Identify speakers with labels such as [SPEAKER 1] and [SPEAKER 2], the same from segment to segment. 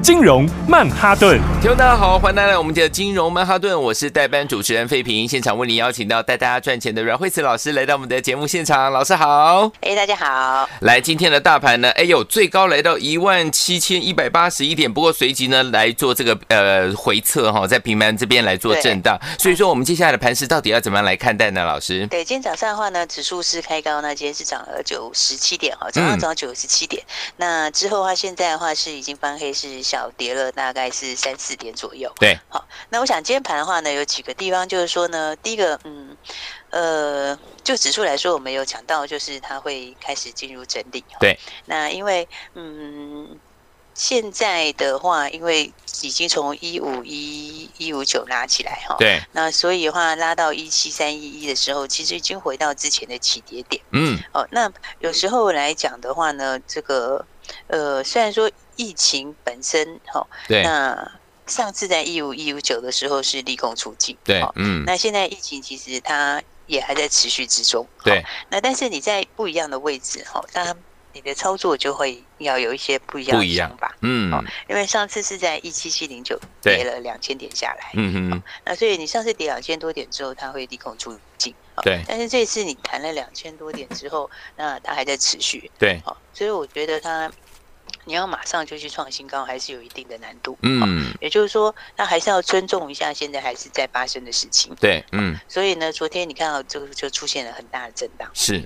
[SPEAKER 1] 金融曼哈顿。
[SPEAKER 2] 听众大家好，欢迎大家来我们的金融曼哈顿，我是代班主持人费平，现场为您邀请到带大家赚钱的阮慧慈老师来到我们的节目现场，老师好。
[SPEAKER 3] 哎，大家好。
[SPEAKER 2] 来，今天的大盘呢，哎呦，最高来到一万七千一百八十一点，不过随即呢来做这个呃回测哈，在平盘这边来做震荡，所以说我们接下来的盘势到底要怎么样来看待呢？老师，
[SPEAKER 3] 对，今天早上的话呢，指数是开高呢，今天是涨了九十七点哈，早
[SPEAKER 2] 嗯
[SPEAKER 3] 上涨九十七点。那之后的话，现在的话是已经翻黑，是小跌了大概是三四点左右。
[SPEAKER 2] 对，
[SPEAKER 3] 好，那我想今天盘的话呢，有几个地方就是说呢，第一个，嗯，呃，就指数来说，我们有讲到，就是它会开始进入整理。哦
[SPEAKER 2] 对，
[SPEAKER 3] 那因为，嗯，现在的话，因为已经从一五一一五九拉起来哈，哦
[SPEAKER 2] 对，
[SPEAKER 3] 那所以的话，拉到一七三一一的时候，其实已经回到之前的起跌点。
[SPEAKER 2] 嗯，
[SPEAKER 3] 哦，那有时候来讲的话呢，这个呃，虽然说疫情本身哈、哦，
[SPEAKER 2] 对
[SPEAKER 3] 那上次在一五一五九的时候是利空出尽，
[SPEAKER 2] 对
[SPEAKER 3] 哦，
[SPEAKER 2] 嗯，
[SPEAKER 3] 那现在疫情其实它也还在持续之中，哦
[SPEAKER 2] 对，
[SPEAKER 3] 那但是你在不一样的位置哈，哦那你的操作就会要有一些不一样
[SPEAKER 2] 不一
[SPEAKER 3] 的
[SPEAKER 2] 样
[SPEAKER 3] 想法，
[SPEAKER 2] 嗯，
[SPEAKER 3] 哦因为上次是在一七七零九
[SPEAKER 2] 对
[SPEAKER 3] 跌了两千点下来，
[SPEAKER 2] 嗯哼，
[SPEAKER 3] 那所以你上次跌两千多点之后，它会利空出尽。哦
[SPEAKER 2] 对
[SPEAKER 3] 但是这次你谈了两千多点之后，那它还在持续。
[SPEAKER 2] 对，
[SPEAKER 3] 好、所以我觉得它你要马上就去创新高，还是有一定的难度。哦
[SPEAKER 2] 嗯，
[SPEAKER 3] 也就是说，那还是要尊重一下现在还是在发生的事情。
[SPEAKER 2] 对，嗯，
[SPEAKER 3] 所以呢，昨天你看到这个就出现了很大的震荡。
[SPEAKER 2] 是，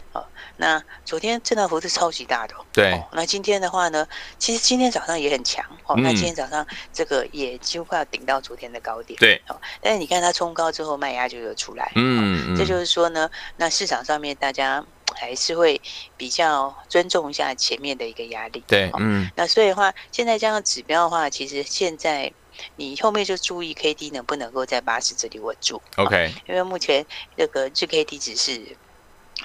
[SPEAKER 3] 那昨天震荡幅度超级大的、哦。
[SPEAKER 2] 对
[SPEAKER 3] 哦，那今天的话呢，其实今天早上也很强。哦，那
[SPEAKER 2] 嗯
[SPEAKER 3] 今天早上这个也几乎快要顶到昨天的高点。哦
[SPEAKER 2] 对，
[SPEAKER 3] 但是你看它冲高之后卖压就有出来，哦
[SPEAKER 2] 嗯，
[SPEAKER 3] 这就是说呢，那市场上面大家还是会比较尊重一下前面的一个压力。
[SPEAKER 2] 对，
[SPEAKER 3] 哦
[SPEAKER 2] 嗯，
[SPEAKER 3] 那所以的话，现在加上指标的话，其实现在你后面就注意 K D 能不能够在八十这里稳住。哦
[SPEAKER 2] ，OK，
[SPEAKER 3] 因为目前这个日 K D 只是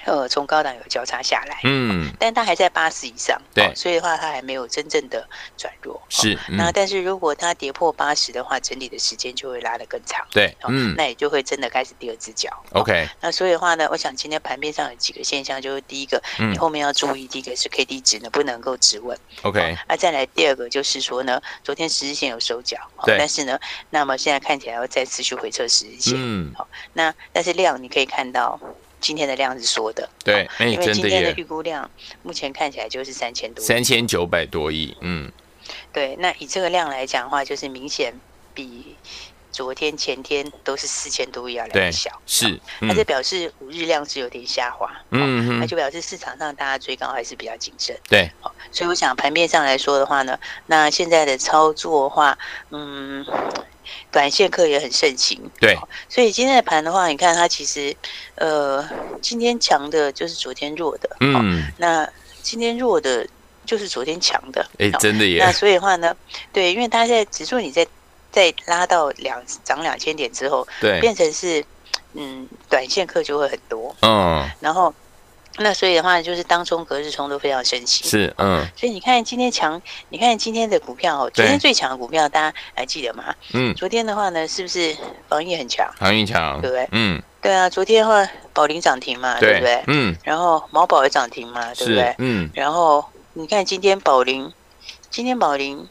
[SPEAKER 3] 呃从高档有交叉下来，
[SPEAKER 2] 嗯，
[SPEAKER 3] 但它还在八十以上，
[SPEAKER 2] 对
[SPEAKER 3] 哦所以的话它还没有真正的转弱。哦
[SPEAKER 2] 是，
[SPEAKER 3] 那
[SPEAKER 2] 嗯，
[SPEAKER 3] 但是如果它跌破八十的话，整理的时间就会拉得更长。
[SPEAKER 2] 对，
[SPEAKER 3] 哦
[SPEAKER 2] 嗯
[SPEAKER 3] 那也就会真的开始第二只脚。哦
[SPEAKER 2] ，OK，
[SPEAKER 3] 那所以的话呢，我想今天盘面上有几个现象，就是第一个，
[SPEAKER 2] 嗯
[SPEAKER 3] 你后面要注意，第一个是 K D 值能不能够止稳，
[SPEAKER 2] ，OK，
[SPEAKER 3] 那、再来第二个就是说呢，昨天十日线有收脚，哦
[SPEAKER 2] 对
[SPEAKER 3] 但是呢，那么现在看起来要再次去回测十日线，
[SPEAKER 2] 嗯，
[SPEAKER 3] 那但是量你可以看到。今天的量是缩的，哦
[SPEAKER 2] 对，哎，
[SPEAKER 3] 因为
[SPEAKER 2] 真
[SPEAKER 3] 今
[SPEAKER 2] 的
[SPEAKER 3] 天的
[SPEAKER 2] 耶，
[SPEAKER 3] 预估量目前看起来就是三千多。
[SPEAKER 2] 三千九百多亿，嗯，
[SPEAKER 3] 对，那以这个量来讲的话，就是明显比昨天、前天都是四千多亿要来
[SPEAKER 2] 对
[SPEAKER 3] 得小。
[SPEAKER 2] 是，
[SPEAKER 3] 那
[SPEAKER 2] 嗯
[SPEAKER 3] 这表示五日量是有点下滑，哦
[SPEAKER 2] 嗯
[SPEAKER 3] 那
[SPEAKER 2] 哼，
[SPEAKER 3] 就表示市场上大家追高还是比较谨慎。
[SPEAKER 2] 对，
[SPEAKER 3] 哦，所以我想盘面上来说的话呢，那现在的操作的话，嗯，短线客也很盛行。
[SPEAKER 2] 对
[SPEAKER 3] 哦所以今天的盘的话，你看它其实，呃，今天强的就是昨天弱的，哦，
[SPEAKER 2] 嗯，
[SPEAKER 3] 那今天弱的就是昨天强的，
[SPEAKER 2] 哎，
[SPEAKER 3] 哦
[SPEAKER 2] 真的耶
[SPEAKER 3] 那，所以的话呢，对，因为它在指数你在在拉到两涨两千点之后，
[SPEAKER 2] 对，
[SPEAKER 3] 变成是，嗯，短线客就会很多，
[SPEAKER 2] 嗯，
[SPEAKER 3] 然后，那所以的话就是当中隔日冲都非常盛行。
[SPEAKER 2] 是，嗯
[SPEAKER 3] 所以你看今天强，你看今天的股票哦，
[SPEAKER 2] 对
[SPEAKER 3] 昨天最强的股票大家还记得吗？
[SPEAKER 2] 嗯，
[SPEAKER 3] 昨天的话呢，是不是防疫很强？
[SPEAKER 2] 航运强，
[SPEAKER 3] 对不对
[SPEAKER 2] 嗯，
[SPEAKER 3] 对啊，昨天的话宝林涨停嘛，对不对？
[SPEAKER 2] 嗯，
[SPEAKER 3] 然后毛宝也涨停嘛，对不
[SPEAKER 2] 是
[SPEAKER 3] 对，？
[SPEAKER 2] 嗯，
[SPEAKER 3] 然后你看今天宝林，今天宝林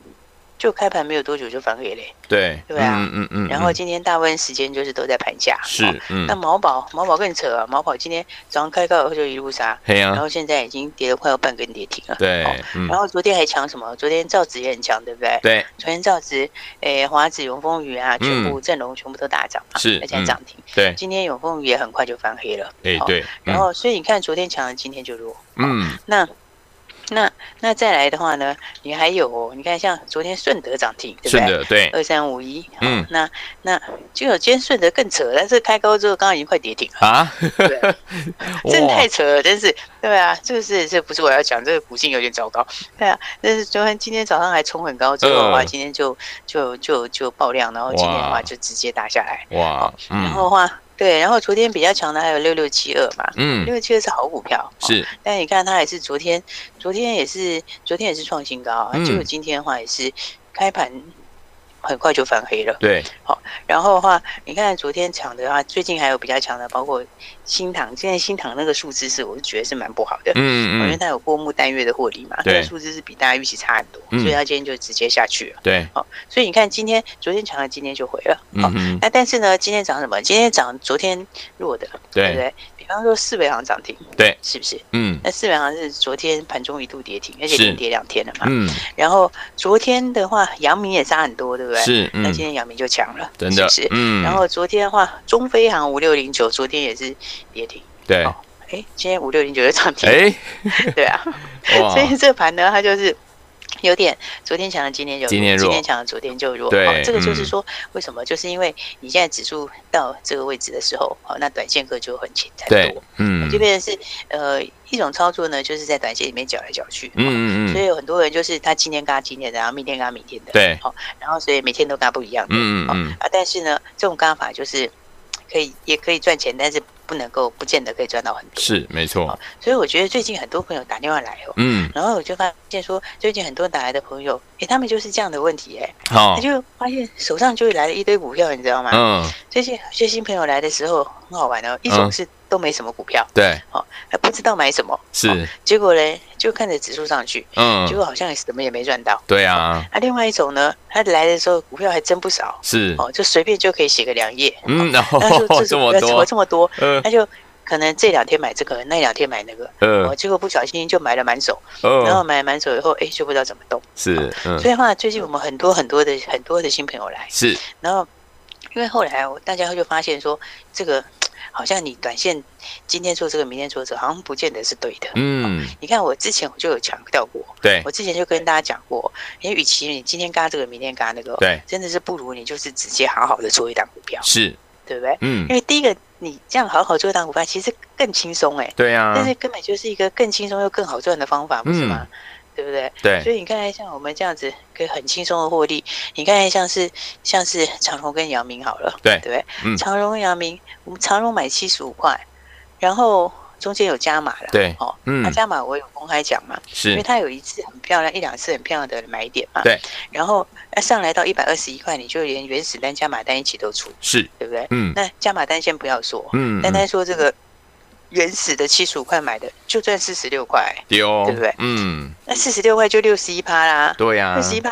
[SPEAKER 3] 就开盘没有多久就翻黑嘞，
[SPEAKER 2] 对，
[SPEAKER 3] 对啊
[SPEAKER 2] 嗯嗯嗯，
[SPEAKER 3] 然后
[SPEAKER 2] 嗯
[SPEAKER 3] 今天大部分时间就是都在盘下。哦
[SPEAKER 2] 是，嗯
[SPEAKER 3] 那，毛宝毛宝更扯啊，毛宝今天早上开高以后就一路杀，
[SPEAKER 2] 黑
[SPEAKER 3] 然
[SPEAKER 2] 啊，
[SPEAKER 3] 后现在已经跌了快要半根跌停了。
[SPEAKER 2] 对
[SPEAKER 3] 哦，
[SPEAKER 2] 嗯
[SPEAKER 3] 然，后昨天还强什么？昨天造纸也很强，对不对？
[SPEAKER 2] 对，嗯
[SPEAKER 3] 昨天造纸，诶、华子、永丰鱼啊，全部阵容全部都大涨嘛，
[SPEAKER 2] 是
[SPEAKER 3] 而且还
[SPEAKER 2] 嗯
[SPEAKER 3] 涨停。
[SPEAKER 2] 对，
[SPEAKER 3] 今天永丰鱼也很快就翻黑了，
[SPEAKER 2] 哎
[SPEAKER 3] 哦
[SPEAKER 2] 对，
[SPEAKER 3] 然
[SPEAKER 2] 嗯
[SPEAKER 3] 后所以你看昨天强的，今天就弱。
[SPEAKER 2] 嗯，
[SPEAKER 3] 那那那再来的话呢，你还有、哦、你看像昨天顺德涨停，对不
[SPEAKER 2] 顺
[SPEAKER 3] 对？
[SPEAKER 2] 德对，
[SPEAKER 3] 二三五一，好
[SPEAKER 2] 嗯
[SPEAKER 3] 那那就有今天顺德更扯，但是开高之后刚刚已经快跌停了，
[SPEAKER 2] 啊，
[SPEAKER 3] 对， 真的
[SPEAKER 2] 哇
[SPEAKER 3] 太扯了，真是，对啊，这个是这不是我要讲，这个股性有点糟糕，对啊，但是昨天今天早上还冲很高，之后的话，
[SPEAKER 2] 嗯
[SPEAKER 3] 今天就就就就爆量，然后今天的
[SPEAKER 2] 哇
[SPEAKER 3] 话就直接打下来，
[SPEAKER 2] 哇，
[SPEAKER 3] 然后
[SPEAKER 2] 嗯
[SPEAKER 3] 的话，对，然后昨天比较强的还有六六七二嘛，
[SPEAKER 2] 嗯
[SPEAKER 3] 六六七二是好股票，哦
[SPEAKER 2] 是
[SPEAKER 3] 但你看它也是昨天，昨天也是昨天也是创新高啊，
[SPEAKER 2] 嗯
[SPEAKER 3] 结果今天的话也是开盘很快就翻黑了。
[SPEAKER 2] 对，
[SPEAKER 3] 然后的话，你看昨天抢的话，最近还有比较强的，包括新塘，现在新塘那个数字是我是觉得是蛮不好的。因
[SPEAKER 2] 嗯
[SPEAKER 3] 为
[SPEAKER 2] 嗯
[SPEAKER 3] 它有过目单月的获利嘛，
[SPEAKER 2] 对
[SPEAKER 3] 那个数字是比大家预期差很多，
[SPEAKER 2] 嗯
[SPEAKER 3] 所以它今天就直接下去了。
[SPEAKER 2] 对，
[SPEAKER 3] 所以你看，今天昨天强的，今天就回了。
[SPEAKER 2] 嗯
[SPEAKER 3] 好
[SPEAKER 2] 哼
[SPEAKER 3] 那但是呢，今天涨什么？今天涨昨天弱的，对不
[SPEAKER 2] 对
[SPEAKER 3] 对？比方说四维行涨停，
[SPEAKER 2] 对，
[SPEAKER 3] 是不是？
[SPEAKER 2] 嗯
[SPEAKER 3] 那四维行是昨天盘中一度跌停，而且
[SPEAKER 2] 是
[SPEAKER 3] 连跌两天了嘛。
[SPEAKER 2] 嗯
[SPEAKER 3] 然后昨天的话，阳明也杀很多，对不对？。
[SPEAKER 2] 是
[SPEAKER 3] 那
[SPEAKER 2] 嗯
[SPEAKER 3] 今天阳明就强了，
[SPEAKER 2] 真的
[SPEAKER 3] 是不是？
[SPEAKER 2] 嗯，
[SPEAKER 3] 然后昨天的话，中飞航五六零九昨天也是跌停，
[SPEAKER 2] 对，
[SPEAKER 3] 哦哎，今天五六零九又涨停，
[SPEAKER 2] 哎
[SPEAKER 3] 对啊。
[SPEAKER 2] 哇
[SPEAKER 3] 所，以这盘呢，它就是有点昨天强的，今天就
[SPEAKER 2] 今天弱
[SPEAKER 3] 今天强的，昨天就弱。
[SPEAKER 2] 对
[SPEAKER 3] 哦，这个就是
[SPEAKER 2] 嗯
[SPEAKER 3] 说，为什么？就是因为你现在指数到这个位置的时候，哦，那短线客就很轻很
[SPEAKER 2] 对
[SPEAKER 3] 多，，
[SPEAKER 2] 嗯
[SPEAKER 3] 就变成是呃一种操作呢，就是在短线里面搅来搅去。哦
[SPEAKER 2] 嗯嗯嗯，
[SPEAKER 3] 所以有很多人就是他今天嘎今天的，然后明天嘎明天的，
[SPEAKER 2] 对，
[SPEAKER 3] 好、然后所以每天都嘎不一样的，
[SPEAKER 2] 嗯嗯
[SPEAKER 3] 哦
[SPEAKER 2] 嗯，
[SPEAKER 3] 啊，但是呢，这种嘎法就是可以也可以赚钱，但是不能够不见得可以赚到很多，
[SPEAKER 2] 嗯是没错，
[SPEAKER 3] 所以我觉得最近很多朋友打电话来哦，
[SPEAKER 2] 嗯
[SPEAKER 3] 然后我就发现说，最近很多打来的朋友，诶，他们就是这样的问题，诶，
[SPEAKER 2] 好
[SPEAKER 3] 他，就发现手上就来了一堆股票，你知道吗？
[SPEAKER 2] 哦嗯
[SPEAKER 3] 最近有些新朋友来的时候很好玩哦，一种
[SPEAKER 2] 嗯
[SPEAKER 3] 是都没什么股票，
[SPEAKER 2] 对，
[SPEAKER 3] 还不知道买什么，
[SPEAKER 2] 是
[SPEAKER 3] 结果嘞就看着指数上去，结
[SPEAKER 2] 嗯
[SPEAKER 3] 果好像也什么也没赚到。
[SPEAKER 2] 对啊
[SPEAKER 3] 啊，另外一种呢，他来的时候股票还真不少
[SPEAKER 2] 是
[SPEAKER 3] 哦，就随便就可以写个两页，
[SPEAKER 2] 嗯
[SPEAKER 3] 哦，
[SPEAKER 2] 然后
[SPEAKER 3] 那 就这
[SPEAKER 2] 这
[SPEAKER 3] 种
[SPEAKER 2] 么
[SPEAKER 3] 要怎么
[SPEAKER 2] 多
[SPEAKER 3] 这 么多，
[SPEAKER 2] 呃
[SPEAKER 3] 那就可能这两天买这个，那两天买那个，哦，
[SPEAKER 2] 呃
[SPEAKER 3] 结果不小心就买了满手，然后
[SPEAKER 2] 呃
[SPEAKER 3] 买了满手以后，哎，就不知道怎么动。
[SPEAKER 2] 是嗯
[SPEAKER 3] 所以的话，最近我们很多很多的很多的新朋友来，
[SPEAKER 2] 是
[SPEAKER 3] 然后因为后来我大家就发现说，这个好像你短线今天做这个，明天做这个，好像不见得是对的。
[SPEAKER 2] 嗯
[SPEAKER 3] 你看我之前我就有强调过，
[SPEAKER 2] 对
[SPEAKER 3] 我之前就跟大家讲过，因为与其你今天嘎这个，明天嘎那个，
[SPEAKER 2] 对
[SPEAKER 3] 真的是不如你就是直接好好的做一档股票，
[SPEAKER 2] 是
[SPEAKER 3] 对不对？
[SPEAKER 2] 嗯
[SPEAKER 3] 因为第一个你这样好好做一档股票，其实更轻松哎、
[SPEAKER 2] 对啊
[SPEAKER 3] 但是根本就是一个更轻松又更好赚的方法，不是吗？对不对？所
[SPEAKER 2] 嗯对
[SPEAKER 3] 以你看，像我们这样子可以很轻松的获利。你看，像是像是长荣跟阳明好了，
[SPEAKER 2] 对
[SPEAKER 3] 对不对？
[SPEAKER 2] 嗯
[SPEAKER 3] 长荣、阳明，我们长荣买七十五块，然后中间有加码了，
[SPEAKER 2] 对
[SPEAKER 3] 哦，
[SPEAKER 2] 嗯
[SPEAKER 3] 那、加码我有公开讲嘛，
[SPEAKER 2] 是
[SPEAKER 3] 因为
[SPEAKER 2] 嗯
[SPEAKER 3] 它有一次很漂亮，一两次很漂亮的买点嘛，
[SPEAKER 2] 对。
[SPEAKER 3] 然后那上来到一百二十一块，你就连原始单、加码单一起都出，
[SPEAKER 2] 是
[SPEAKER 3] 对不对？
[SPEAKER 2] 嗯
[SPEAKER 3] 那加码单先不要说，
[SPEAKER 2] 嗯
[SPEAKER 3] 单单说这个原始的七十五块买的，就赚四十六块，
[SPEAKER 2] 丢
[SPEAKER 3] 对不对
[SPEAKER 2] 嗯
[SPEAKER 3] 那四十六块就六十一趴啦，
[SPEAKER 2] 对啊呀
[SPEAKER 3] 二十一趴，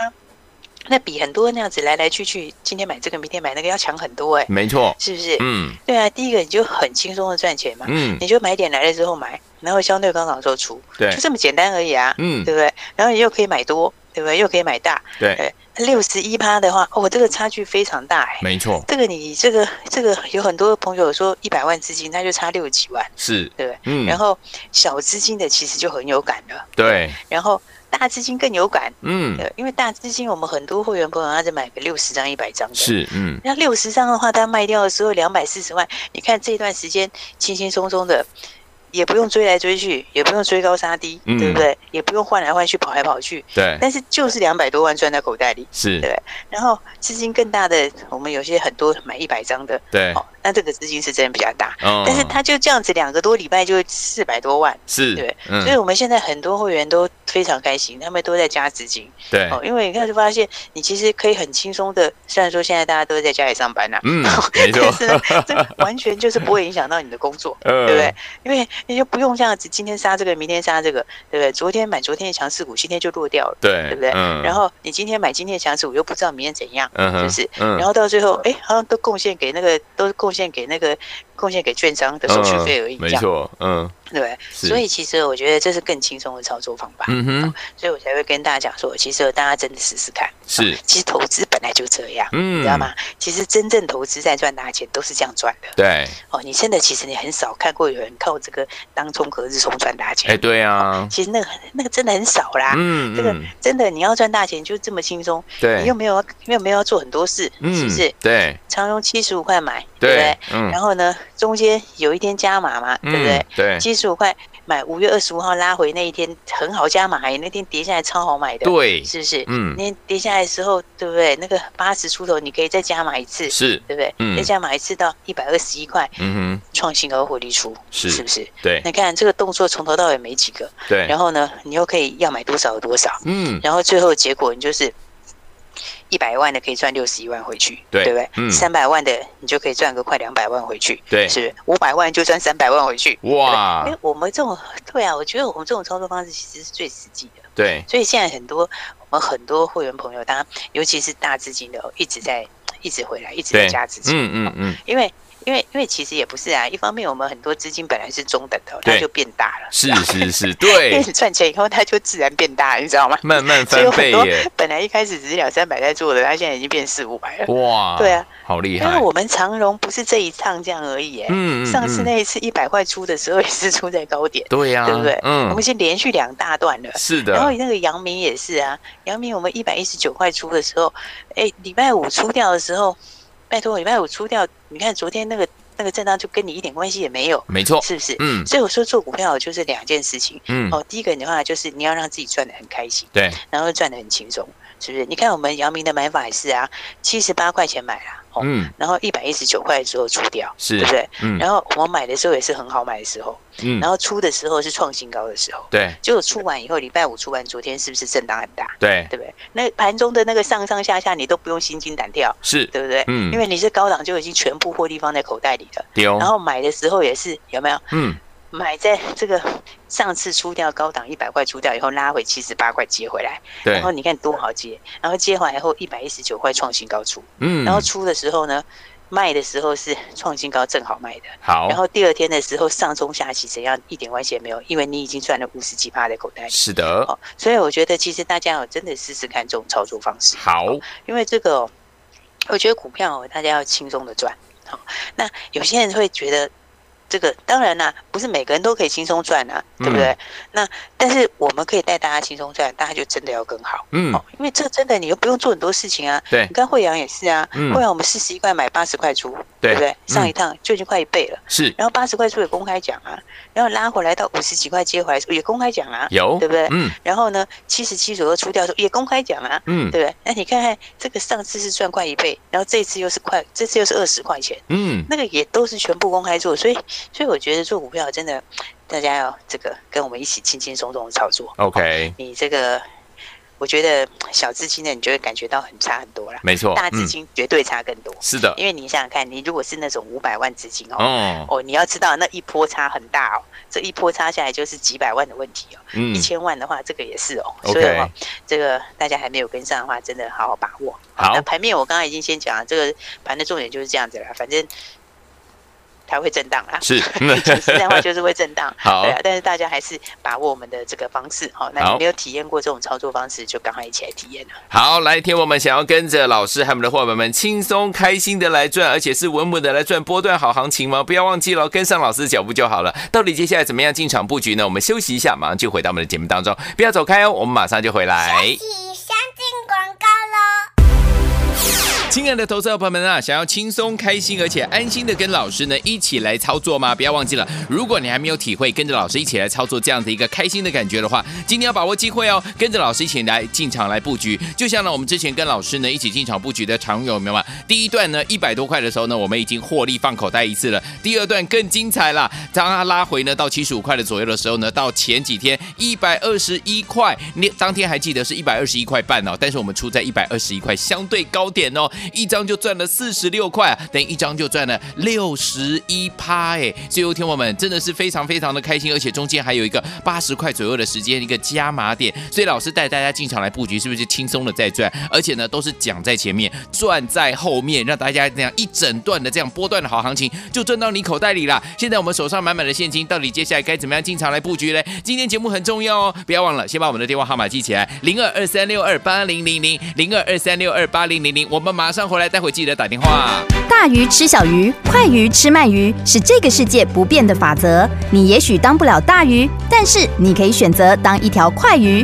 [SPEAKER 3] 那比很多那样子来来去去，今天买这个，明天买那个要强很多哎、
[SPEAKER 2] 没错
[SPEAKER 3] 是不是？
[SPEAKER 2] 嗯
[SPEAKER 3] 对啊，第一个你就很轻松的赚钱嘛，
[SPEAKER 2] 嗯
[SPEAKER 3] 你就买点来了之后买，然后相对高档的时候出，
[SPEAKER 2] 对
[SPEAKER 3] 就这么简单而已啊，
[SPEAKER 2] 嗯
[SPEAKER 3] 对不对？然后你又可以买多，对不对？又可以买大，哎
[SPEAKER 2] 对
[SPEAKER 3] 六十一趴的话，哦，这个差距非常大哎、
[SPEAKER 2] 没错
[SPEAKER 3] 这个你这个这个有很多朋友说一百万资金，他就差六几万，
[SPEAKER 2] 是
[SPEAKER 3] 对不对？
[SPEAKER 2] 嗯
[SPEAKER 3] 然后小资金的其实就很有感了，
[SPEAKER 2] 对
[SPEAKER 3] 然后大资金更有感，
[SPEAKER 2] 嗯
[SPEAKER 3] 对，因为大资金我们很多会员朋友他只买个六十张、一百张的，。
[SPEAKER 2] 是嗯
[SPEAKER 3] 那六十张的话，他卖掉的时候两百四十万，你看这段时间轻轻松松的，也不用追来追去，也不用追高杀低，
[SPEAKER 2] 嗯
[SPEAKER 3] 对不对？也不用换来换去、跑来跑去，
[SPEAKER 2] 对
[SPEAKER 3] 但是就是两百多万赚到口袋里。
[SPEAKER 2] 是
[SPEAKER 3] 对然后资金更大的，我们有些很多买一百张的，
[SPEAKER 2] 对
[SPEAKER 3] 哦，那这个资金是真的比较大。
[SPEAKER 2] 嗯
[SPEAKER 3] 但是他就这样子两个多礼拜就四百多万，
[SPEAKER 2] 是
[SPEAKER 3] 对所以
[SPEAKER 2] 嗯
[SPEAKER 3] 我们现在很多会员都非常开心，他们都在加资金。
[SPEAKER 2] 对
[SPEAKER 3] 哦，因为你看就发现，你其实可以很轻松的，虽然说现在大家都在家里上班呐、啊
[SPEAKER 2] 嗯没错
[SPEAKER 3] 但是呢， 这完全就是不会影响到你的工作，
[SPEAKER 2] 呃
[SPEAKER 3] 对不对？因为你就不用这样子，今天杀这个，明天杀这个，对不对？昨天买昨天的强势股，今天就落掉了，
[SPEAKER 2] 对
[SPEAKER 3] 对不对
[SPEAKER 2] 嗯
[SPEAKER 3] 然后你今天买今天的强势股，又不知道明天怎样，
[SPEAKER 2] 嗯哼
[SPEAKER 3] 就是
[SPEAKER 2] 嗯
[SPEAKER 3] 然后到最后，哎，好像都贡献给那个，都贡献给那个贡献给券商的手续费而已，
[SPEAKER 2] 没
[SPEAKER 3] 这样
[SPEAKER 2] 错，嗯
[SPEAKER 3] 对不对。
[SPEAKER 2] 是
[SPEAKER 3] 所以其实我觉得这是更轻松的操作方法，
[SPEAKER 2] 嗯哼，
[SPEAKER 3] 所以我才会跟大家讲说，其实大家真的试试看。
[SPEAKER 2] 是，
[SPEAKER 3] 其实投资本来就这样，
[SPEAKER 2] 嗯
[SPEAKER 3] 哦你知道吗？其实真正投资在赚大钱都是这样赚的
[SPEAKER 2] 对，
[SPEAKER 3] 哦。你真的其实你很少看过有人靠这个当冲隔日冲赚大钱，
[SPEAKER 2] 哎，对啊，
[SPEAKER 3] 其实那个很那个真的很少啦。
[SPEAKER 2] 嗯
[SPEAKER 3] 这个
[SPEAKER 2] 嗯，
[SPEAKER 3] 真的你要赚大钱就这么轻松，你
[SPEAKER 2] 对嗯
[SPEAKER 3] 又，没有又没有要做很多事，是不是？
[SPEAKER 2] 对
[SPEAKER 3] 常用七十五块买，对不
[SPEAKER 2] 对
[SPEAKER 3] 对？，
[SPEAKER 2] 嗯
[SPEAKER 3] 然后呢，中间有一天加码嘛，对不对
[SPEAKER 2] 嗯？对
[SPEAKER 3] 七十五块买，五月二十五号拉回那一天很好加码，哎那天跌下来超好买的，
[SPEAKER 2] 对，
[SPEAKER 3] 是不是？
[SPEAKER 2] 嗯
[SPEAKER 3] 那天跌下来的时候，对不对？那个八十出头，你可以再加码一次，
[SPEAKER 2] 是，
[SPEAKER 3] 对不对？
[SPEAKER 2] 嗯
[SPEAKER 3] 再加码一次到一百二十一块，
[SPEAKER 2] 嗯哼，
[SPEAKER 3] 创新高获利出，
[SPEAKER 2] 是
[SPEAKER 3] 不是？
[SPEAKER 2] 对
[SPEAKER 3] 你看这个动作从头到尾没几个，
[SPEAKER 2] 对，
[SPEAKER 3] 然
[SPEAKER 2] 后
[SPEAKER 3] 后呢，你又可以要买多少有多少，
[SPEAKER 2] 嗯
[SPEAKER 3] 然后最后结果你就是一百万的可以赚六十一万回去，
[SPEAKER 2] 对
[SPEAKER 3] 不
[SPEAKER 2] 嗯
[SPEAKER 3] 对？三百、万的你就可以赚个快两百万回去，
[SPEAKER 2] 对啊
[SPEAKER 3] 是不是？五百万就赚三百万回去，
[SPEAKER 2] 哇
[SPEAKER 3] 因，为我们这种对啊，我觉得我们这种操作方式其实是最实际的，
[SPEAKER 2] 对
[SPEAKER 3] 所以现在很多我们很多会员朋友，大家尤其是大资金的哦，一直在一直回来，一直在
[SPEAKER 2] 对
[SPEAKER 3] 加资金，
[SPEAKER 2] 嗯嗯嗯，
[SPEAKER 3] 因为。因为因为其实也不是啊，一方面我们很多资金本来是中等的哦，它
[SPEAKER 2] 对
[SPEAKER 3] 就变大了，
[SPEAKER 2] 是是是，
[SPEAKER 3] 因为
[SPEAKER 2] 对，
[SPEAKER 3] 你赚钱以后它就自然变大，你知道吗？
[SPEAKER 2] 慢慢
[SPEAKER 3] 所
[SPEAKER 2] 翻
[SPEAKER 3] 以有很
[SPEAKER 2] 倍
[SPEAKER 3] 多
[SPEAKER 2] 耶，
[SPEAKER 3] 本来一开始只是两三百在做的，它现在已经变四五百了。
[SPEAKER 2] 哇，
[SPEAKER 3] 对啊，
[SPEAKER 2] 好厉
[SPEAKER 3] 因为
[SPEAKER 2] 害，
[SPEAKER 3] 我们长荣不是这一趟这样而已、耶
[SPEAKER 2] 嗯嗯
[SPEAKER 3] 上次
[SPEAKER 2] 嗯
[SPEAKER 3] 那一次一百块出的时候也是出在高点，
[SPEAKER 2] 对呀，
[SPEAKER 3] 对不对我
[SPEAKER 2] 嗯
[SPEAKER 3] 们，先连续两大段了。
[SPEAKER 2] 是
[SPEAKER 3] 然后
[SPEAKER 2] 的，
[SPEAKER 3] 那个阳明也是啊，阳明我们一百一十九块出的时候，哎，礼拜五出掉的时候，拜托，礼拜五出掉，你看昨天那个那个震荡就跟你一点关系也没有，
[SPEAKER 2] 没错，
[SPEAKER 3] 是不是？
[SPEAKER 2] 嗯
[SPEAKER 3] 所以我说做股票就是两件事情。
[SPEAKER 2] 嗯，
[SPEAKER 3] 哦，第一个的话就是你要让自己赚得很开心。
[SPEAKER 2] 对，
[SPEAKER 3] 然后赚得很轻松，是不是？你看我们姚明的买法也是啊，七十八块钱买啦，哦，
[SPEAKER 2] 嗯
[SPEAKER 3] 然后一百一十九块的时候出掉，
[SPEAKER 2] 是
[SPEAKER 3] 对不对？
[SPEAKER 2] 嗯
[SPEAKER 3] 然后我们买的时候也是很好买的时候，
[SPEAKER 2] 嗯
[SPEAKER 3] 然，后出的时候是创新高的时候，
[SPEAKER 2] 对
[SPEAKER 3] 结果出完以后，礼拜五出完，昨天是不是震荡很大？
[SPEAKER 2] 对
[SPEAKER 3] 对不对？那盘中的那个上上下下，你都不用心惊胆跳，
[SPEAKER 2] 是，
[SPEAKER 3] 对不对？
[SPEAKER 2] 嗯哦
[SPEAKER 3] 因为你是高档就已经全部获利放在口袋里了，
[SPEAKER 2] 丢
[SPEAKER 3] 然，后买的时候也是有没有
[SPEAKER 2] 嗯，
[SPEAKER 3] 买在这个上次出掉高档一百块出掉以后拉回七十八块接回来，
[SPEAKER 2] 对
[SPEAKER 3] 然后，你看多好接，然后接回来后一百一十九块创新高出，
[SPEAKER 2] 嗯，
[SPEAKER 3] 然后出的时候呢，卖的时候是创新高正好卖的，
[SPEAKER 2] 好，
[SPEAKER 3] 然后第二天的时候上中下起怎样一点关系也没有，因为你已经赚了五十几趴的口袋里。
[SPEAKER 2] 是的，
[SPEAKER 3] 哦，所以我觉得其实大家哦真的试试看这种操作方式，
[SPEAKER 2] 好，
[SPEAKER 3] 因为这个、哦，我觉得股票哦大家要轻松的赚。好、那有些人会觉得这个当然啦、不是每个人都可以轻松赚啊，对不对？
[SPEAKER 2] 嗯
[SPEAKER 3] 那但是我们可以带大家轻松赚，大家就真的要更好。
[SPEAKER 2] 嗯，
[SPEAKER 3] 哦，因为这真的你又不用做很多事情啊。
[SPEAKER 2] 对
[SPEAKER 3] 你看惠阳也是啊，
[SPEAKER 2] 嗯
[SPEAKER 3] 惠阳我们四十一块买八十块出，
[SPEAKER 2] 对
[SPEAKER 3] 不对？
[SPEAKER 2] 嗯
[SPEAKER 3] 上一趟就已经快一倍了，
[SPEAKER 2] 是
[SPEAKER 3] 然后八十块出也公开讲啊，然后拉回来到五十几块接回来的时候也公开讲啊，
[SPEAKER 2] 有，
[SPEAKER 3] 对不对
[SPEAKER 2] 嗯
[SPEAKER 3] 然后呢七十七左右出掉的时候也公开讲啊，
[SPEAKER 2] 嗯
[SPEAKER 3] 对不对？那你看看这个上次是赚快一倍，然后这次又是快，这次又是二十块钱，
[SPEAKER 2] 嗯，
[SPEAKER 3] 那个也都是全部公开做，所以所以我觉得做股票真的大家要这个跟我们一起轻轻松松的操作。
[SPEAKER 2] OK，
[SPEAKER 3] 你这个，我觉得小资金的你就会感觉到很差很多啦，
[SPEAKER 2] 没错，
[SPEAKER 3] 大资
[SPEAKER 2] 嗯，
[SPEAKER 3] 金绝对差更多。
[SPEAKER 2] 是的，
[SPEAKER 3] 因为你想想看，你如果是那种五百万资金哦，
[SPEAKER 2] 嗯哦，
[SPEAKER 3] 哦，你要知道那一波差很大哦，这一波差下来就是几百万的问题哦，
[SPEAKER 2] 嗯
[SPEAKER 3] 一，千万的话这个也是哦，
[SPEAKER 2] OK
[SPEAKER 3] 所以哦，这个大家还没有跟上的话，真的好好把握。
[SPEAKER 2] 好
[SPEAKER 3] 那盘面我刚刚已经先讲了，这个盘的重点就是这样子啦，反正它会震 荡啦。
[SPEAKER 2] 是，
[SPEAKER 3] 讲实在话就是会震荡，
[SPEAKER 2] 好
[SPEAKER 3] 对啊，但是大家还是把握我们的这个方式哦。那
[SPEAKER 2] 好
[SPEAKER 3] 你没有体验过这种操作方式，就赶快一起来体验了。啊
[SPEAKER 2] 好，来，听我们想要跟着老师和我们的伙伴们轻松开心的来赚，而且是稳稳的来赚波段好行情吗？不要忘记了，跟上老师的脚步就好了。到底接下来怎么样进场布局呢？我们休息一下，马上就回到我们的节目当中，不要走开哦，我们马上就回来。
[SPEAKER 4] 起相进广告喽。
[SPEAKER 2] 亲爱的投资者朋友们啊，想要轻松、开心而且安心的跟老师呢一起来操作吗？不要忘记了，如果你还没有体会跟着老师一起来操作这样的一个开心的感觉的话，今天要把握机会哦，哦跟着老师一起来进场来布局。就像呢，我们之前跟老师呢一起进场布局的常有没有啊？第一段呢一百多块的时候呢，我们已经获利放口袋一次了。第二段更精彩啦，当它拉回呢到七十五块的左右的时候呢，到前几天一百二十一块，你当天还记得是一百二十一块半哦，但是我们出在一百二十一块，相对高点哦。一张就赚了四十六块，等于一张就赚了六十一趴哎！所以，有天我们真的是非常非常的开心，而且中间还有一个八十块左右的时间一个加码点，所以老师带大家进场来布局，是不是轻松的在赚？而且呢，都是讲在前面，赚在后面，让大家这样一整段的这样波段的好行情就赚到你口袋里啦。现在我们手上满满的现金，到底接下来该怎么样进场来布局嘞？今天节目很重要哦，不要忘了先把我们的电话号码记起来，零二二三六二八零零零零二二三六二八零零零，我们马上回来，待会记得打电话。
[SPEAKER 5] 大鱼吃小鱼，快鱼吃慢鱼，是这个世界不变的法则。你也许当不了大鱼，但是你可以选择当一条快鱼。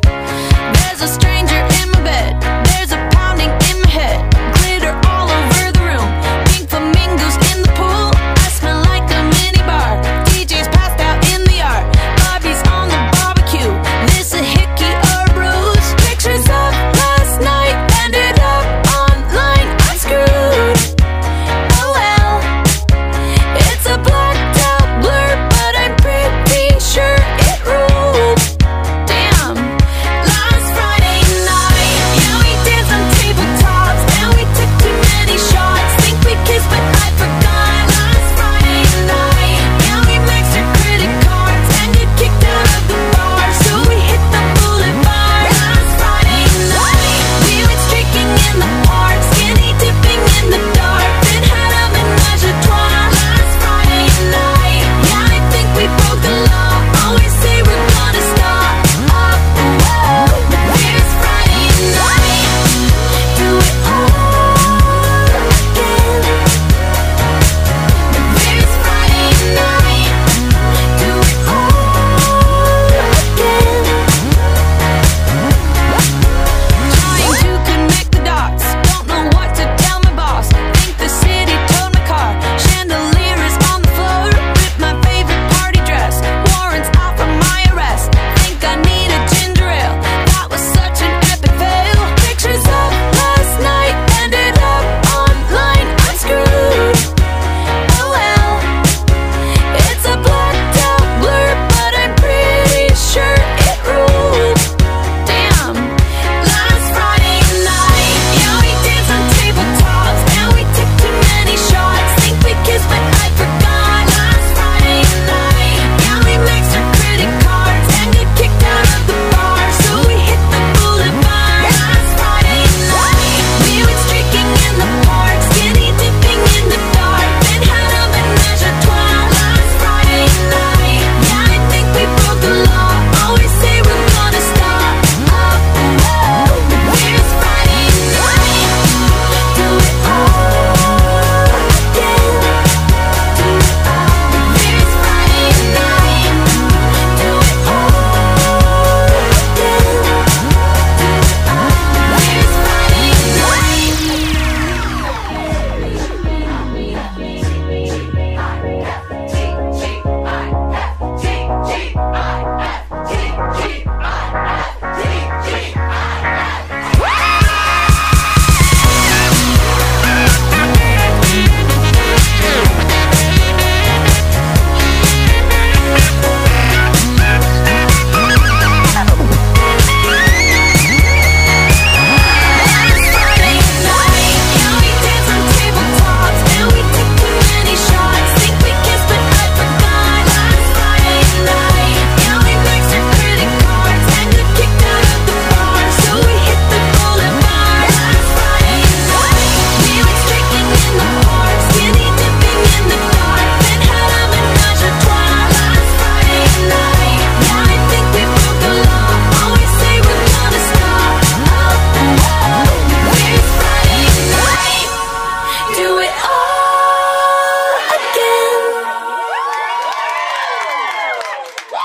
[SPEAKER 6] There's a stranger in my bed. There's a pounding in my head. Glitter all over the room. Pink flamingos in the pool. I smell like a mini bar. DJ's passed out in the yard. Bobby's on the barbecue. This a hickey or a bruise. Pictures of last night ended up online. I'm screwed. Oh well. It Oh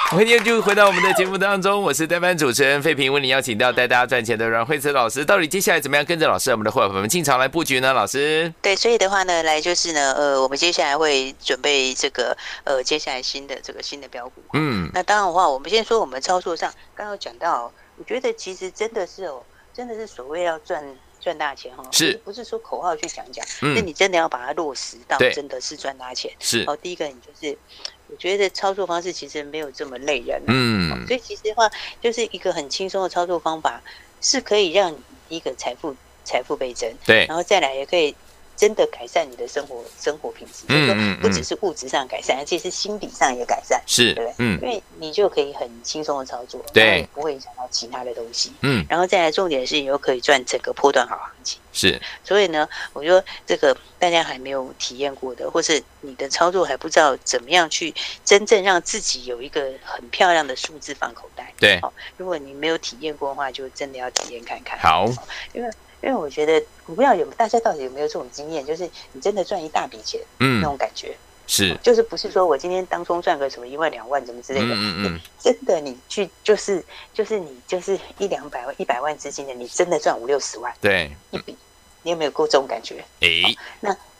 [SPEAKER 2] 欢迎就回到我们的节目当中，我是代班主持人费平，为您邀请到带大家赚钱的阮慧慈老师。到底接下来怎么样跟着老师，我们的伙伴们进场来布局呢？老师，
[SPEAKER 3] 对，所以的话呢，来就是呢，呃，我们接下来会准备这个呃，接下来新的这个新的标股。
[SPEAKER 2] 嗯，
[SPEAKER 3] 那当然的话，我们先说我们操作上，刚刚有讲到哦，我觉得其实真的是哦，真的是所谓要赚赚大钱哦，
[SPEAKER 2] 是
[SPEAKER 3] 不是说口号去讲讲？
[SPEAKER 2] 嗯
[SPEAKER 3] 那、你真的要把它落实到
[SPEAKER 2] 对
[SPEAKER 3] 真的是赚大钱。
[SPEAKER 2] 是，
[SPEAKER 3] 哦，第一个你就是，我觉得操作方式其实没有这么累人、啊。
[SPEAKER 2] 嗯，
[SPEAKER 3] 所以其实的话，就是一个很轻松的操作方法，是可以让你第一个财富财富倍增，
[SPEAKER 2] 对
[SPEAKER 3] 然后再来也可以真的改善你的生活生活品质。就是说
[SPEAKER 2] 嗯嗯
[SPEAKER 3] 不只是物质上改善，而且是心理上也改善，
[SPEAKER 2] 是
[SPEAKER 3] 对不对，？
[SPEAKER 2] 嗯
[SPEAKER 3] 因为你就可以很轻松的操作，
[SPEAKER 2] 对
[SPEAKER 3] 然后也不会影响到其他的东西。
[SPEAKER 2] 嗯，
[SPEAKER 3] 然后再来，重点是你又可以赚整个波段好行情。
[SPEAKER 2] 是，
[SPEAKER 3] 所以呢，我说这个大家还没有体验过的，或是你的操作还不知道怎么样去真正让自己有一个很漂亮的数字放口袋。
[SPEAKER 2] 对，
[SPEAKER 3] 好如果你没有体验过的话，就真的要体验看看。，
[SPEAKER 2] 好，
[SPEAKER 3] 因为我觉得股票有大家到底有没有这种经验，就是你真的赚一大笔钱、那
[SPEAKER 2] 嗯，
[SPEAKER 3] 种感觉，
[SPEAKER 2] 是，
[SPEAKER 3] 就是不是说我今天当中赚个什么一万两万什么之类
[SPEAKER 2] 嗯
[SPEAKER 3] 的，
[SPEAKER 2] 嗯嗯，
[SPEAKER 3] 真的你去就是就是你就是一两百万一百万资金的，你真的赚五六十万，
[SPEAKER 2] 对，
[SPEAKER 3] 你有没有过这种感觉？
[SPEAKER 2] 诶，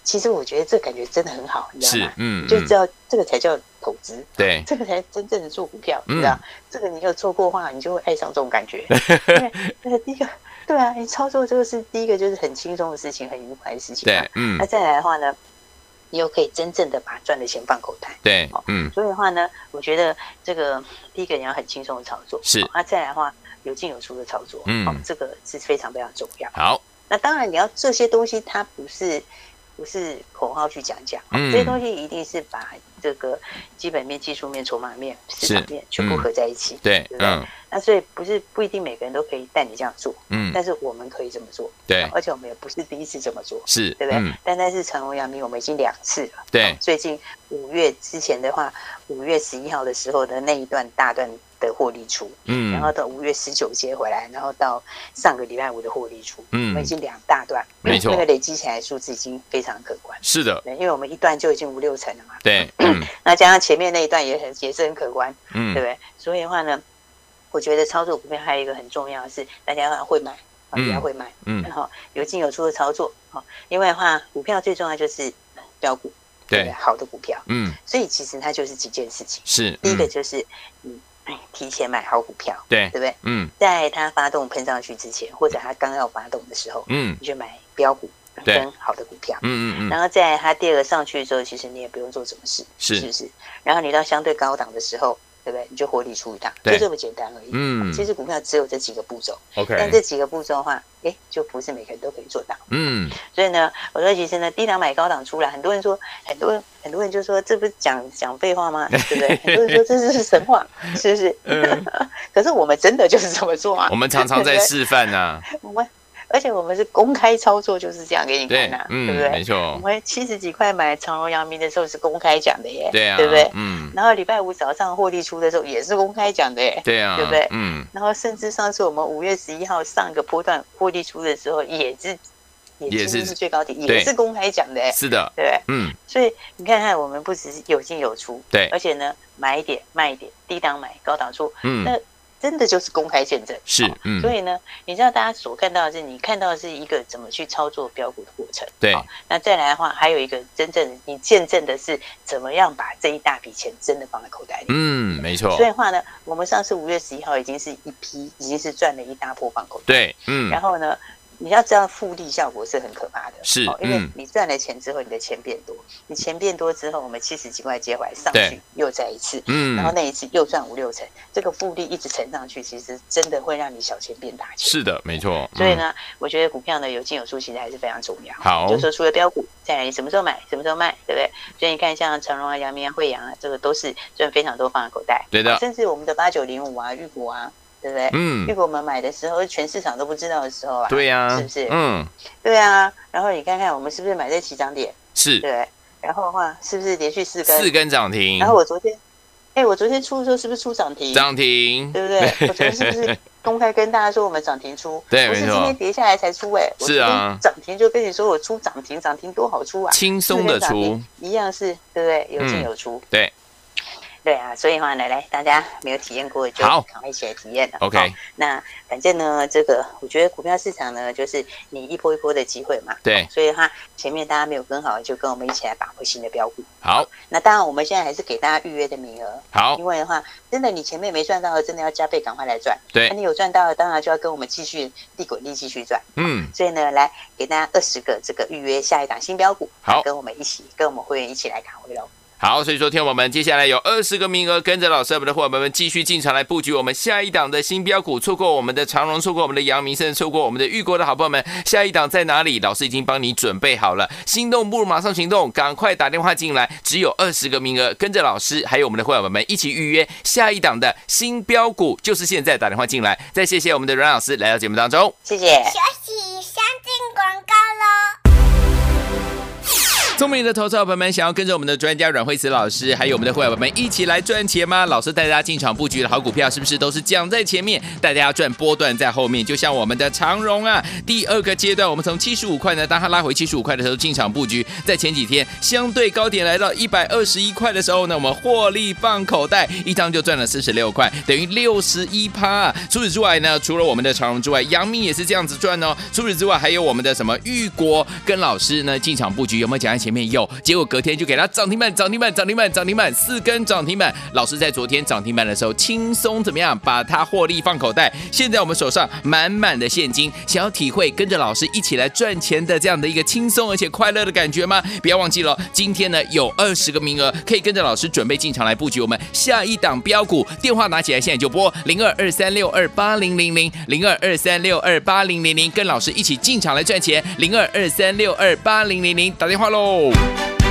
[SPEAKER 3] 其实我觉得这感觉真的很好，你知道
[SPEAKER 2] 是
[SPEAKER 3] 吗，？
[SPEAKER 2] 嗯，
[SPEAKER 3] 就
[SPEAKER 2] 嗯
[SPEAKER 3] 知，道这个才叫投资，
[SPEAKER 2] 对，
[SPEAKER 3] 这个才真正的做股票，
[SPEAKER 2] 嗯
[SPEAKER 3] 你知道？这个你有做过的话，你就会爱上这种 感觉。因为那个第一个，对啊，你操作这个是第一个就是很轻松的事情，很愉快的事情嘛。
[SPEAKER 2] 对，嗯
[SPEAKER 3] 那，再来的话呢，你又可以真正的把赚的钱放口袋。
[SPEAKER 2] 对，嗯，
[SPEAKER 3] 所以的话呢，我觉得这个第一个你要很轻松的操作，
[SPEAKER 2] 是
[SPEAKER 3] 哦那、再来的话有进有出的操作，
[SPEAKER 2] 嗯
[SPEAKER 3] 哦，这个是非常非常重要。
[SPEAKER 2] 好，
[SPEAKER 3] 那当然，你要这些东西，它不是不是口号去讲讲，
[SPEAKER 2] 嗯
[SPEAKER 3] 这些东西一定是把这个基本面、技术面、筹码面、市场面全部合在一起。
[SPEAKER 2] 嗯对，
[SPEAKER 3] 对不对
[SPEAKER 2] 嗯
[SPEAKER 3] 那所以不是不一定每个人都可以带你这样做，
[SPEAKER 2] 嗯，
[SPEAKER 3] 但是我们可以这么做，
[SPEAKER 2] 对，
[SPEAKER 3] 而且我们也不是第一次这么做，
[SPEAKER 2] 是，
[SPEAKER 3] 对不对？
[SPEAKER 2] 嗯，
[SPEAKER 3] 但但是长荣、阳明我们已经两次了。
[SPEAKER 2] 对，
[SPEAKER 3] 最近五月之前的话，五月十一号的时候的那一段大段的获利出，然后
[SPEAKER 2] 嗯，
[SPEAKER 3] 到五月十九接回来，然后到上个礼拜五的获利出，
[SPEAKER 2] 嗯
[SPEAKER 3] 我们已经两大段，
[SPEAKER 2] 没错
[SPEAKER 3] 那个累积起来的数字已经非常可观，
[SPEAKER 2] 是的，
[SPEAKER 3] 对，因为我们一段就已经五六成了嘛，
[SPEAKER 2] 对， 嗯
[SPEAKER 3] 那加上前面那一段也很也是很可观，对不
[SPEAKER 2] 嗯，
[SPEAKER 3] 对？所以的话呢，我觉得操作股票还有一个很重要的是，大家要会买，啊，
[SPEAKER 2] 嗯
[SPEAKER 3] 比较会买，
[SPEAKER 2] 嗯
[SPEAKER 3] 然，后有进有出的操作，好，另外的话，股票最重要就是标股，不
[SPEAKER 2] 对，
[SPEAKER 3] 好的股票，
[SPEAKER 2] 嗯，
[SPEAKER 3] 所以其实它就是几件事情，
[SPEAKER 2] 是，
[SPEAKER 3] 第一个
[SPEAKER 2] 嗯，
[SPEAKER 3] 就是嗯，提前买好股票，
[SPEAKER 2] 对
[SPEAKER 3] 对，不对？
[SPEAKER 2] 嗯
[SPEAKER 3] 在它发动喷上去之前，或者它刚要发动的时候，
[SPEAKER 2] 嗯
[SPEAKER 3] 你去买标股
[SPEAKER 2] 对
[SPEAKER 3] 跟好的股票。
[SPEAKER 2] 嗯嗯嗯，
[SPEAKER 3] 然后在它第二个上去的时候，其实你也不用做什么事，
[SPEAKER 2] 是
[SPEAKER 3] 不是？然后你到相对高档的时候，对不对？你就获利出一趟，
[SPEAKER 2] 对
[SPEAKER 3] 就这么简单而已。
[SPEAKER 2] 嗯
[SPEAKER 3] 其实股票只有这几个步骤，但
[SPEAKER 2] ，OK，
[SPEAKER 3] 这几个步骤的话，哎，就不是每个人都可以做到。
[SPEAKER 2] 嗯，
[SPEAKER 3] 所以呢，我说其实呢，低档买高档出来，很多人说，很多人很多人就说这不是讲讲废 话吗？对不对？很多人说这是神话， 是不是？
[SPEAKER 2] 嗯
[SPEAKER 3] 可是我们真的就是这么做啊
[SPEAKER 2] 我。们常 常在示范呐，
[SPEAKER 3] 我们而且我们是公开操作，就是这样给你看
[SPEAKER 2] 对
[SPEAKER 3] 呐、啊，，
[SPEAKER 2] 嗯
[SPEAKER 3] 不，对
[SPEAKER 2] 没？
[SPEAKER 3] 我
[SPEAKER 2] 错，
[SPEAKER 3] 们七十几块买长荣、阳明的时候是公开讲的耶，
[SPEAKER 2] 对啊，
[SPEAKER 3] 不对？
[SPEAKER 2] 嗯，
[SPEAKER 3] 然后礼拜五早上获利出的时候也是公开讲的耶，
[SPEAKER 2] 对啊，
[SPEAKER 3] 对不对
[SPEAKER 2] 嗯，
[SPEAKER 3] 然后甚至上次我们五月十一号上个波段获利出的时候也是，
[SPEAKER 2] 也是
[SPEAKER 3] 几乎最高点，
[SPEAKER 2] 对
[SPEAKER 3] 也是公开讲的耶，
[SPEAKER 2] 是的，
[SPEAKER 3] 对不对。
[SPEAKER 2] 嗯，
[SPEAKER 3] 所以你看看，我们不只是有进有出，
[SPEAKER 2] 对
[SPEAKER 3] 而且呢，买一点卖一点，低档买高档出，
[SPEAKER 2] 嗯，
[SPEAKER 3] 那真的就是公开见证。
[SPEAKER 2] 是
[SPEAKER 3] 哦，
[SPEAKER 2] 嗯，
[SPEAKER 3] 所以呢，你知道大家所看到的是，你看到的是一个怎么去操作标股的过程。
[SPEAKER 2] 对，
[SPEAKER 3] 那再来的话，还有一个真正你见证的是怎么样把这一大笔钱真的放在口袋里。
[SPEAKER 2] 嗯，没错
[SPEAKER 3] 所以，的话呢，我们上次五月十一号已经是一批，已经是赚了一大波放口袋。
[SPEAKER 2] 对，嗯，
[SPEAKER 3] 然后呢，你要知道复利效果是很可怕的，哦
[SPEAKER 2] 是
[SPEAKER 3] 因为
[SPEAKER 2] 嗯
[SPEAKER 3] 你赚了钱之后，你的钱变多，你钱变多之后，我们七十几块接回来上
[SPEAKER 2] 对
[SPEAKER 3] 去又再一次，
[SPEAKER 2] 嗯
[SPEAKER 3] 然，后那一次又赚五六成，这个复利一直乘上去，其实真的会让你小钱变大钱。
[SPEAKER 2] 是嗯的，没错，
[SPEAKER 3] 所以呢，我觉得股票呢有进有出，其实还是非常重要。
[SPEAKER 2] 好
[SPEAKER 3] 就说除了标股，再来你什么时候买，什么时候卖，对不对？所以你看，像长荣啊、阳明啊、惠阳啊，这个都是赚非常多放在口袋。
[SPEAKER 2] 对的
[SPEAKER 3] 啊甚至我们的八九零五啊、玉股啊，对不对？
[SPEAKER 2] 嗯，
[SPEAKER 3] 玉
[SPEAKER 2] 嗯，
[SPEAKER 3] 股我们买的时候，全市场都不知道的时候啊，
[SPEAKER 2] 对呀，
[SPEAKER 3] 是不是？
[SPEAKER 2] 嗯，
[SPEAKER 3] 对啊。然后你看看我们是不是买在起涨点，对不
[SPEAKER 2] 是
[SPEAKER 3] 对？然后的话是不是连续四根？
[SPEAKER 2] 嗯四根涨停
[SPEAKER 3] 然，后我昨天，哎，我昨天出的时候是不是出涨停？
[SPEAKER 2] 涨停，
[SPEAKER 3] 对 不对？我昨天是不是公开跟大家说我们涨停出？
[SPEAKER 2] 对
[SPEAKER 3] 不是
[SPEAKER 2] 没错
[SPEAKER 3] 今天跌下来才出哎、我
[SPEAKER 2] 是啊
[SPEAKER 3] 昨天涨停就跟你说我出涨停，涨停多好出啊，
[SPEAKER 2] 轻松的
[SPEAKER 3] 四根涨
[SPEAKER 2] 出
[SPEAKER 3] 停，一样是，对不对？有进
[SPEAKER 2] 嗯
[SPEAKER 3] 有出。
[SPEAKER 2] 对，
[SPEAKER 3] 对啊，所以话呢，来大家没有体验过就
[SPEAKER 2] 好
[SPEAKER 3] 赶快一起来体验了。
[SPEAKER 2] OK
[SPEAKER 3] 好那反正呢，这个我觉得股票市场呢，就是你一波一波的机会嘛。
[SPEAKER 2] 对，
[SPEAKER 3] 所以的话，前面大家没有跟好，就跟我们一起来把握新的标股。
[SPEAKER 2] 好，
[SPEAKER 3] 那当然，我们现在还是给大家预约的名额，
[SPEAKER 2] 好
[SPEAKER 3] 因，为的话，真的你前面没赚到的，真的要加倍赶快来赚。
[SPEAKER 2] 对，
[SPEAKER 3] 那你有赚到的，当然就要跟我们继续利滚利继续赚。
[SPEAKER 2] 嗯，
[SPEAKER 3] 所以呢，来给大家二十个这个预约下一档新标股，
[SPEAKER 2] 好
[SPEAKER 3] 跟我们一起，跟我们会员一起来卡位喽。
[SPEAKER 2] 好，所以说，听我们接下来有二十个名额，跟着老师我们的伙伴们继续进场来布局我们下一档的新标股。错过我们的长荣，错过我们的阳明，甚至错过我们的玉国的好朋友们，下一档在哪里？老师已经帮你准备好了，心动不如马上行动，赶快打电话进来，只有二十个名额，跟着老师还有我们的伙伴们一起预约下一档的新标股，就是现在打电话进来。再谢谢我们的阮老师来到节目当中。
[SPEAKER 3] 谢谢。
[SPEAKER 4] 休息一下，进广告喽。
[SPEAKER 2] 聪明的投资者朋友们，想要跟着我们的专家阮慧慈老师，还有我们的会员们一起来赚钱吗？老师带大家进场布局的好股票，是不是都是讲在前面，带大家赚波段在后面？就像我们的长荣啊，第二个阶段，我们从七十五块呢，当它拉回七十五块的时候进场布局，在前几天相对高点来到一百二十一块的时候呢，我们获利放口袋，一张就赚了四十六块，等于六十一趴。除此之外呢，除了我们的长荣之外，阳明也是这样子赚哦。除此之外，还有我们的什么玉国跟老师呢进场布局，有没有讲在前面？有，结果隔天就给它涨停板，涨停板，涨停板，涨停板，四根涨停板。老师在昨天涨停板的时候，轻松怎么样把它获利放口袋？现在我们手上满满的现金，想要体会跟着老师一起来赚钱的这样的一个轻松而且快乐的感觉吗？不要忘记了，今天呢有二十个名额，可以跟着老师准备进场来布局我们下一档标股。电话拿起来，现在就拨零二二三六二八零零零零二二三六二八零零零，跟老师一起进场来赚钱。零二二三六二八零零零，打电话喽。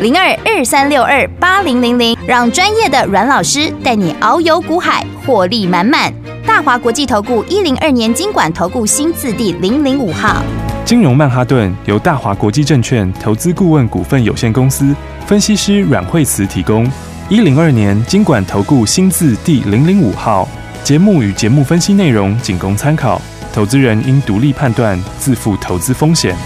[SPEAKER 5] 零二二三六二八零零零，让专业的阮老师带你遨游股海，获利满满。大华国际投顾一零二年经管投顾新字第零零五号。
[SPEAKER 1] 金融曼哈顿由大华国际证券投资顾问股份有限公司分析师阮惠慈提供。一零二年经管投顾新字第零零五号。节目与节目分析内容仅供参考，投资人应独立判断，自负投资风险。